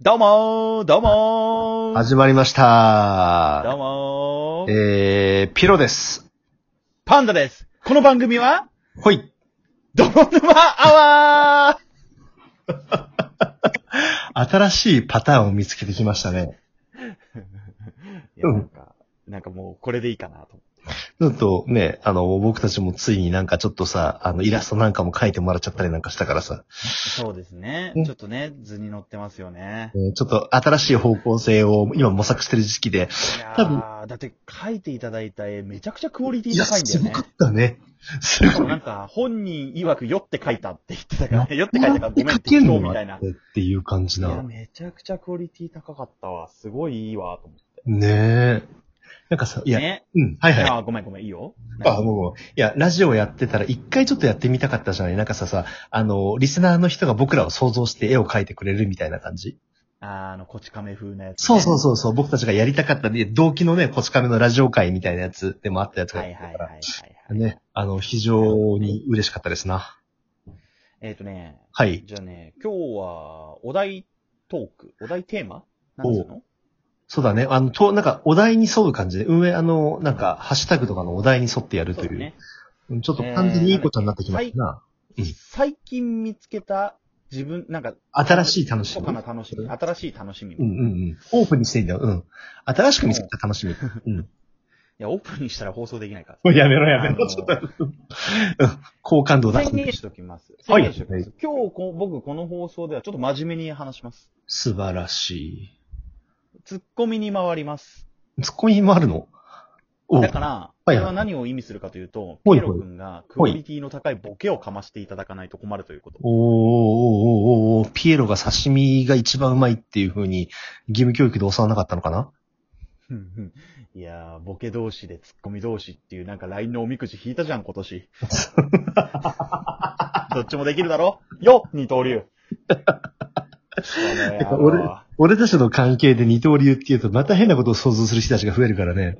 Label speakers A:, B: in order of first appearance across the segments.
A: どうもーどうもー
B: 始まりました。
A: どうもー
B: えー、ピロです。
A: パンダですこの番組は、
B: ほい。
A: 泥沼アワ
B: 新しいパターンを見つけてきましたね。
A: ーいや、なんか、なんかもうこれでいいかなと。
B: ちょっとね、あの、僕たちもついになんかちょっとさ、あの、イラストなんかも描いてもらっちゃったりなんかしたからさ、
A: そうですね
B: うん
A: ちょっとね、図に乗ってますよね
B: え。ーちょっと新しい方向性を今模索してる時期で、
A: いや
B: 多
A: ー、だって書いていただいた絵めちゃくちゃクオリティ
B: いや、
A: 高いんだ
B: す
A: よ
B: ご
A: ね
B: か。ったね。す
A: しか
B: ご
A: も
B: い。
A: なんか、本人曰く酔って書いたって言ってたからね。酔って書いたからごめん
B: 描
A: って
B: けん
A: 言う
B: の
A: みたいな
B: っ。ていう感じ
A: いや、
B: な。
A: めちゃくちゃクオリティ高かったわ。すごいいいわ、と思って。
B: ねえ。なんかさ、いや、
A: ね。
B: うん、はいはい。
A: あー、ごめんごめん、いいよ。
B: あ、もう、いや、ラジオやってたら一回ちょっとやってみたかったじゃないなんかささ、あの、リスナーの人が僕らを想像して絵を描いてくれるみたいな感じ。
A: あーあの、こち亀風なやつ、
B: そうそうそうそう、僕たちがやりたかったで、同期のね、こち亀のラジオ会みたいなやつでもあったやつが。
A: はいはいはいはい、はい。
B: ね、あの、非常に嬉しかったですな。
A: えっ、とね、
B: はい。
A: じゃあね、今日は、お題トーク、お題テーマなんつうの
B: そうだね。あの、と、なんか、お題に沿う感じで、運営、あの、なんか、ハッシュタグとかのお題に沿ってやる
A: そ
B: と
A: う
B: い
A: だ、
B: う
A: ね。
B: うんちょっと完全にいいことになってきましたな。うん
A: 最近見つけた自分、なんか、
B: 新しい楽し
A: 初
B: み。
A: かな楽しみ、新しい楽しみ。
B: うんう
A: い
B: んうん。オープンにしていいんだよ。うん。新しく見つけた楽 しみ。うん。
A: や、オープンにしたら放送できないから。
B: もうやめろやめ
A: あの
B: ろ。ちょっと、うん好感度出
A: 宣言
B: す。
A: しときます。宣
B: はい
A: 言しときます。今日こ、僕この放送ではちょっと真面目に話します。
B: 素晴らし
A: ツッコミに回ります。
B: い。ツッコミもあるのお
A: だから、こ
B: はいはい
A: れは何を意味するかというと、
B: ほ
A: ピ
B: い
A: エ
B: ほい
A: ロ君がクオリティの高いボケをかましていただかないと困るということ。
B: おーおーおーおーおーピエロが刺身が一番うまいっていう風に、義務教育で教わらなかったのかな
A: うんうんいやー、ボケ同士でツッコミ同士っていうなんか LINE のおみくじ引いたじゃん、今 年。どっちもできるだろよ二刀 流。これ
B: 俺
A: は
B: 俺たちの関係で二刀流っていうと、また変なことを想像する人たちが増えるからね。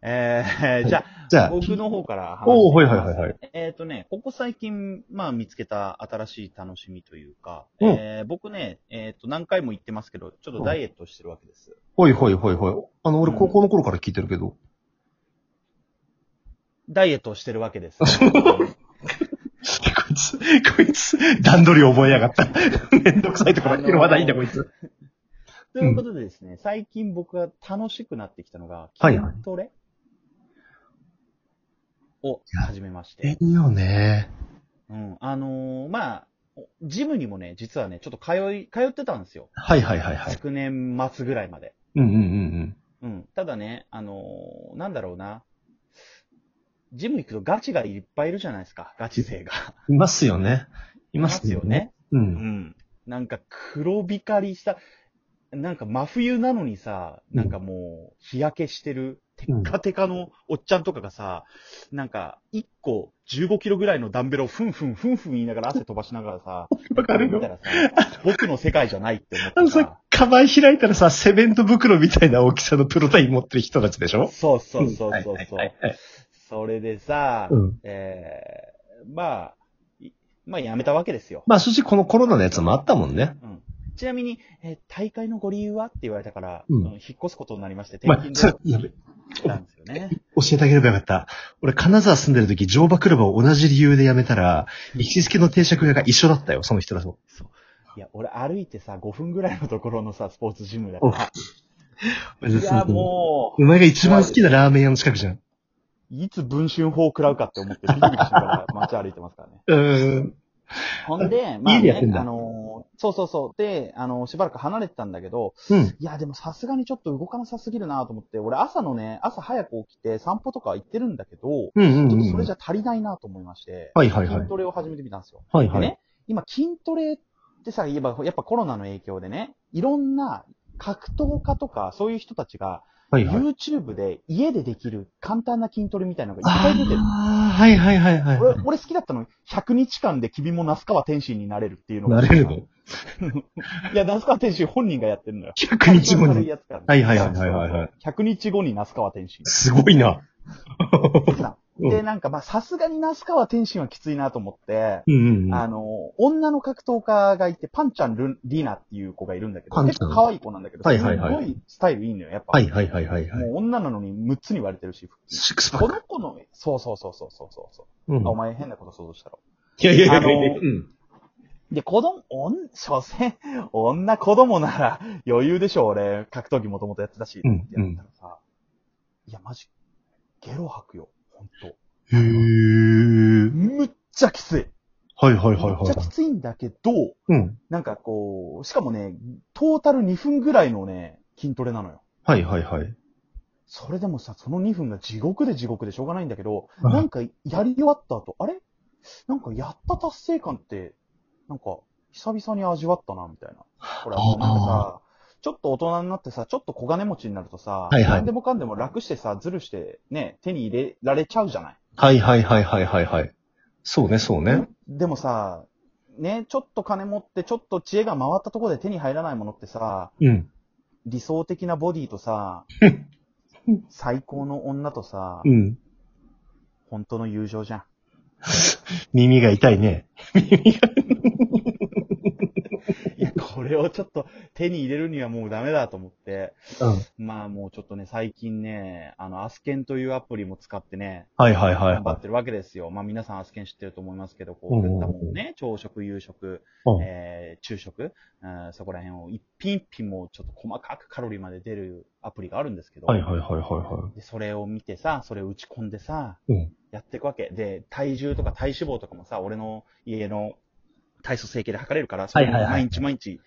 A: えー、じゃ
B: じ
A: あ、
B: ゃあ、
A: 僕の方から話して
B: おおはい
A: き
B: は
A: ま
B: い
A: す
B: はいはい。
A: えっ、とね、ここ最近、まあ見つけた新しい楽しみというか、
B: うん
A: えー僕ね、えっ、と何回も言ってますけど、ちょっとダイエットしてるわけです。
B: ほいほいほいほい。あの、俺高校の頃から聞いてるけど。
A: ダイエットをしてるわけ です。
B: こいつ、こいつ、段取り覚えやがった。 めんどくさいところ拾わないんだ、こいつ。
A: ということでですね、最近僕が楽しくなってきたのが、
B: はい
A: 筋トレを始めまして。
B: え、いいよね。
A: うん。あのーまあ、ジムにもね、実はね、ちょっと通い、通ってたんですよ。
B: はいはいはいはい。
A: 昨年末ぐらいまで。
B: うんうんうん
A: うん。ただね、あのーなんだろうな。ジム行くとガチがいっぱいいるじゃないですか。ガチ勢が。
B: うん。いますよね。い
A: い
B: ますよね。。う。
A: うんん。なんか黒光りした、なんか真冬なのにさ、なんかもう日焼けしてる、テッカテカのおっちゃんとかがさ、なんか1個15キロぐらいのダンベルをふんふんふんふん言いながら汗飛ばしながらさ、
B: わかる
A: 見
B: の
A: たらさ、僕の世界じゃないって
B: あ
A: 思
B: の
A: ってさ
B: さ、、カバン開いたらさ、セメント袋みたいな大きさのプロタイン持ってる人たちでしょ
A: そうそうそうそう
B: はい
A: そう
B: はい。はいはい
A: それでさ、
B: うん。
A: えー、まあ、いまあやめたわけですよ。
B: まあ、正直このコロナのやつもあったもんね。
A: うんちなみに、えー大会のご理由はって言われたから、
B: うん
A: あの引っ越すことになりまして、
B: ま
A: 転
B: あ
A: 勤、で
B: それやべ、
A: 来たんですよね。
B: 教えてあげればよかった。俺、金沢住んでる時、乗馬クラブを同じ理由で辞めたら、行きつけの定食屋が一緒だったよ、その人だと。
A: いや、俺歩いてさ、5分ぐらいのところのさ、スポーツジムだから。いや、も
B: お前が一番好きなラーメン屋の近くじゃん。
A: う、いつ文春法食らうかって思って、ビクビクしなが ら街歩いてますからね。
B: うーん。
A: ほん で、まあ、
B: 家
A: ね、
B: でやってんだ
A: あのーそうそうそう。で、あのーしばらく離れてたんだけど、
B: うん。
A: いや、でもさすがにちょっと動かなさすぎるなと思って、俺朝のね、朝早く起きて散歩とか行ってるんだけど、
B: うんうん
A: ちょっ
B: う
A: と
B: ん。
A: それじゃ足りないなと思いまして、
B: はいはいはい
A: 筋。トレを始めてみたんですよ。
B: はい
A: で
B: はい。
A: ね、今筋トレってさ、言えば、やっぱコロナの影響でね、いろんな格闘家とかそういう人たちが、
B: はいはい。
A: YouTube で家でできる簡単な筋トレみたいなのがいっぱい出てる。
B: ああ、はいはいはいはいは
A: 俺、俺好きだったの、100日間で君も那須川天心になれるっていうの
B: い。
A: が。
B: なれるの
A: いや、那須川天心本人がやってるのよ。
B: ?100 日後
A: 軽い
B: に。
A: やつからね
B: はいはいはいはいはい。
A: 100日後に那須川天心。
B: すごいな。
A: でさ
B: うん
A: で、なんかまあさすがに那須川天心はきついなと思って、
B: うんうんうん。
A: あの、女の格闘家がいて、パンちゃんルリナっていう子がいるんだけど、
B: パンち
A: 結
B: ゃん
A: 構可愛い子なんだけど、
B: はいはいはい
A: すごいスタイルいいのよ、やっぱ。
B: はいはいはいはいはい。
A: もう女なのに6つに割れてるし、
B: シックスパッ
A: こ
B: ク。
A: の子の、そうそうそうそうそうそう。
B: うん
A: あお前変なこと想像したろ。
B: いやいやいや、
A: あのー
B: うん。
A: で、子供、おん、所詮、女子供なら余裕でしょ、俺。格闘技もともとやってたし。
B: うん
A: やったらさ、いや、マジ、ゲロ吐くよ、ほんと。
B: へー。
A: むっちゃきつい。
B: はいはいは
A: む
B: い
A: っちゃき
B: は
A: ついんだけど、
B: い。うん。
A: なんかこう、しかもね、トータル2分ぐらいのね、筋トレなのよ。
B: はいはいはい。
A: それでもさ、その2分が地獄で地獄でしょうがないんだけど、
B: うん
A: なんかやり終わった後、あれなんかやった達成感って、なんか久々に味わったな、みたいな。ほら、
B: あー
A: なんかさ、ちょっと大人になってさ、ちょっと小金持ちになるとさ、
B: はいはい
A: 何でもかんでも楽してさ、ずるしてね、手に入れられちゃうじゃない。
B: はいはいはいはいはいはい。そうね、そうね。
A: でもさ、ね、ちょっと金持って、ちょっと知恵が回ったところで手に入らないものってさ、
B: うん。
A: 理想的なボディと さ、最高の女とさ
B: う、ん。
A: 本当の友情じゃん。
B: 耳が痛いね。
A: いや、これをちょっと手に入れるにはもうダメだと思って、
B: うん。
A: まあもうちょっとね、最近ね、あの、アスケンというアプリも使ってね、
B: はいはいはい
A: 頑張
B: は
A: ってるわけですよ。まあ皆さんアスケン知ってると思いますけど、こ
B: うん
A: う、
B: うんうん
A: 食ったもんね、朝食、夕食、
B: うん
A: えー、昼食、うんそこら辺を一品一品もうちょっと細かくカロリーまで出るアプリがあるんですけど、
B: い。はいはいはいはいは
A: でそれを見てさ、それを打ち込んでさ、
B: うん
A: やっていくわけ。で、体重とか体脂肪とかもさ、俺の家の体組成形で測れるから、そ
B: はい
A: れ
B: はい
A: を
B: はい
A: 毎日毎日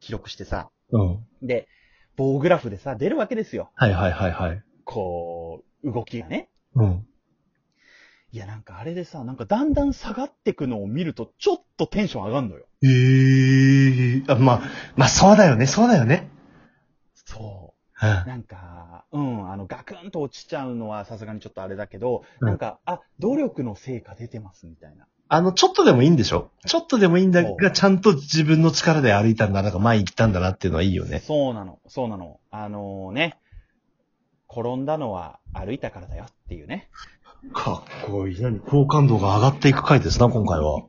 A: 記録してさ、
B: い。うん。
A: で、棒グラフでさ、出るわけですよ。
B: はいはいはいはい。
A: こう、動きがね。
B: うん。
A: いや、なんかあれでさ、なんかだんだん下がってくのを見ると、ちょっとテンション上がんのよ。
B: ええー。あ、まあ、まあそうだよね、そうだよね。
A: そうう。
B: ん。
A: なんか、うん、あの、ガクンと落ちちゃうのはさすがにちょっとあれだけど、
B: うん
A: なんか、あ、努力の成果出てますみたいな。
B: あの、ちょっとでもいいんでしょちょっとでもいいんだ
A: そ
B: が、
A: う
B: ちゃんと自分の力で歩いたんだ、なんか前行ったんだなっていうのはいいよね。
A: そうなの、そうなの。あのね、転んだのは歩いたからだよっていうね。
B: かっこいい。何好感度が上がっていく回ですな、今回は。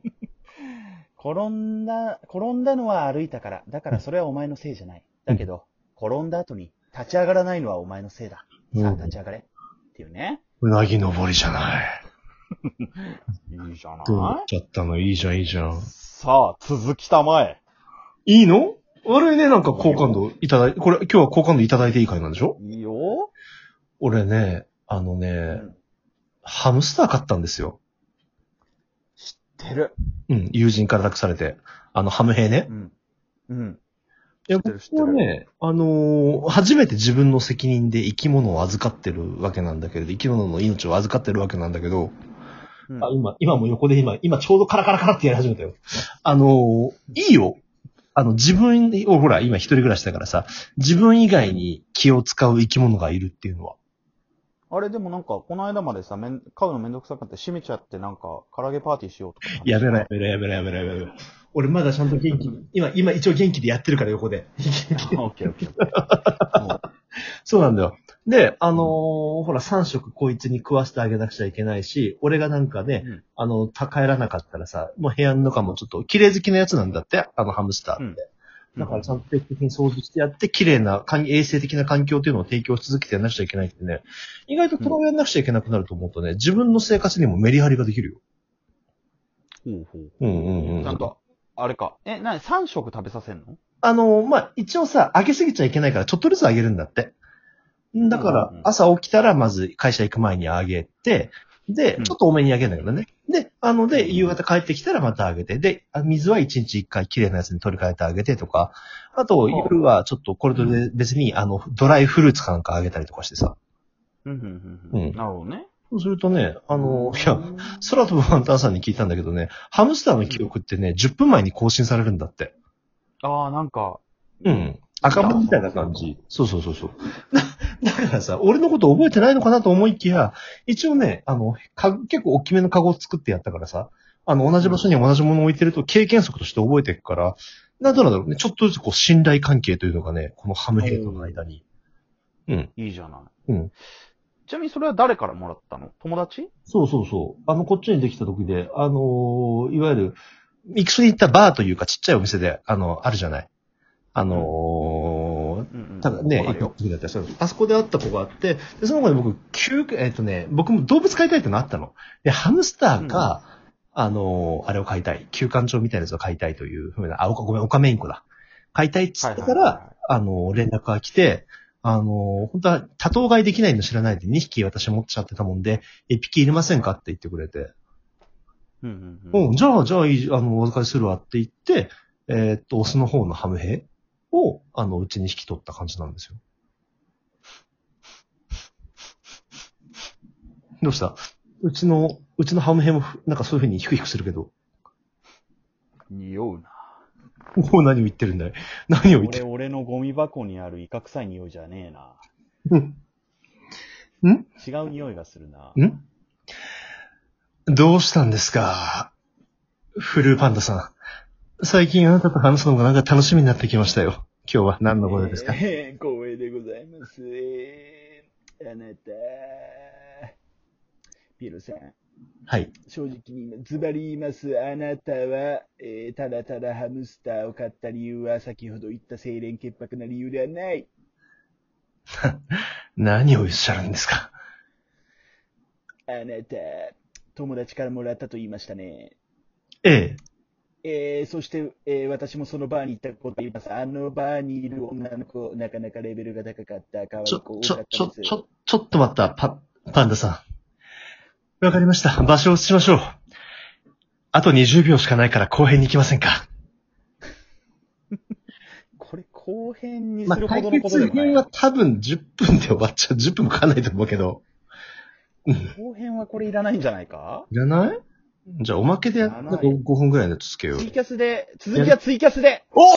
A: 転んだ、転んだのは歩いたから。だからそれはお前のせいじゃない。だけど、転んだ後に立ち上がらないのはお前のせいだ。さあ、立ち上がれ。っていうね。
B: うなぎ登りじゃない。
A: いいじゃな
B: どうなっちゃったのいいじゃん、いいじゃん。
A: さあ、続きたまえ。
B: いいの俺ね、なんか好感度いただい、これ、今日は好感度いただいていい回なんでしょ
A: いいよ。
B: 俺ね、あのね、
A: ん
B: ハムスター買ったんですよ。
A: 知ってる。
B: うん、友人から託されて。あの、ハム兵ね
A: う。ん。うん。
B: いや、
A: 知って
B: 僕
A: る知ってる
B: はね、あのー初めて自分の責任で生き物を預かってるわけなんだけれど、生き物の命を預かってるわけなんだけど、
A: うん
B: あ、今、今もう横で今、今ちょうどカラカラカラってやり始めたよ。あのーいいよ。あの、自分を、ほら、今一人暮らしだからさ、自分以外に気を使う生き物がいるっていうのは。
A: あれでもなんか、この間までさ、めん買うのめんどくさくなって閉めちゃってなんか、唐揚げパーティーしようとか。
B: やめろやめろやめろやめろやめろ。俺まだちゃんと元気に、今、今一応元気でやってるから横で。
A: オッケーオッケーオッケー。もう
B: そうなんだよ。で、あのーほら、3食こいつに食わせてあげなくちゃいけないし、俺がなんかね、
A: うん
B: あの、た帰らなかったらさ、もう部屋の中もちょっと綺麗好きなやつなんだって、あのハムスターって。
A: うん
B: だからちゃんと定期的に掃除してやって、綺麗な、環衛生的な環境っていうのを提供し続けてやんなくちゃいけないってね、意外とこれをやんなくちゃいけなくなると思うとね、自分の生活にもメリハリができるよ。
A: ほうほう。
B: うんうんうん。
A: なんか、あれか。え、なに、3食食べさせんの
B: あの、まあ、一応さ、上げすぎちゃいけないから、ちょっとずつ上げるんだって。んだか
A: う
B: ら
A: んうん、
B: 朝起きたら、まず会社行く前に上げて、で
A: うん、
B: ちょっと多めに上げるんだけどね。で、あの、
A: うん
B: で、夕方帰ってきたらまた上げて、で、あ水は1日1回綺麗なやつに取り替えてあげてとか、あと、
A: ん
B: 夜はちょっとこれとで別に、あの、ドライフルーツかなんかあげたりとかしてさ。
A: うん、うん、うん。
B: うん
A: なるほどね。
B: そうするとね、あの、いや、
A: うん
B: 空飛ぶワンタンさんに聞いたんだけどね、ハムスターの記録ってね、10分前に更新されるんだって。
A: ああ、なんか、
B: うん。赤本みたいな感じ。そうそうそうそう。 だだからさ、俺のこと覚えてないのかなと思いきや、一応ね、あの、か結構大きめのカゴを作ってやったからさ、あの、同じ場所に同じものを置いてると経験則として覚えていくから、なんとなんだろうね、ちょっとずつこう信頼関係というのがね、このハムヘイトの間に。
A: いいじゃない。
B: うん
A: ちなみにそれは誰からもらったの友達
B: そうそうそう。あの、こっちにできた時で、あのーいわゆる、ミクソに行ったバーというかちっちゃいお店で、あの、あるじゃない。あの
A: うんうん
B: ー、ただね、
A: わかる
B: 駅の
A: よ
B: 時だったりするあそこであった子があって、で、その子で僕、急、えっ、とね、僕も動物飼いたいってのあったの。で、ハムスターか、あのーあれを飼いたい。休館長みたいなやつを飼いたいというふうな、あ、おか、ごめん、オカメインコだ。飼いたいっつったか
A: は
B: ら、
A: いはいはいはい
B: あの、連絡が来て、あの、本当は多頭飼いできないの知らないで2匹私持っちゃってたもんで、1匹いりませんかって言ってくれて、
A: うんうんうん。
B: うん、じゃあ、じゃあいい、あの、お預かりするわって言って、えーっと、オスの方のハムヘを、あの、うちに引き取った感じなんですよ。どうしたうちの、うちのハムヘもふ、なんかそういう風にヒクヒクするけど、
A: 匂うな。
B: もう何を言ってるんだい何を言って
A: 俺、俺のゴミ箱にあるイカ臭い匂いじゃねえな。
B: るん
A: 違う匂いがするな。
B: んどうしたんですかフルーパンダさん。最近あなたと話すのがなんか楽しみになってきましたよ。今日は何のご用ですか、
A: えー光栄でございます。えーあなた、ピエロさん。
B: はい。
A: 正直に今ズバリ言います。あなたは、えーただただハムスターを買った理由は先ほど言った清廉潔白な理由ではない。
B: 何をおっしゃるんですか
A: あなた、友達からもらったと言いましたね。
B: ええ。
A: えー、そして、えー私もそのバーに行ったこと言います。あのバーにいる女の子、なかなかレベルが高かった、可愛
B: ち
A: い
B: ょ、
A: 子多
B: ち
A: か
B: ょ
A: っ、
B: ち
A: た
B: ょ、
A: です。
B: ちょ、ちょっと待った、パ、パンダさん。わかりました。場所を移しましょう。あと20秒しかないから後編に行きませんか
A: これ後編に
B: ますあ、
A: るほ
B: 対
A: どのことで
B: 決
A: もない。
B: 編は多分10分で終わっちゃう。10分もかかんないと思うけど。
A: 後編はこれいらないんじゃないか
B: いらないじゃあ、おまけでやっ
A: いら
B: た
A: ない
B: 5, 分ぐらいのやつつけよう
A: ツイ。キャスで、続きはツイキャスで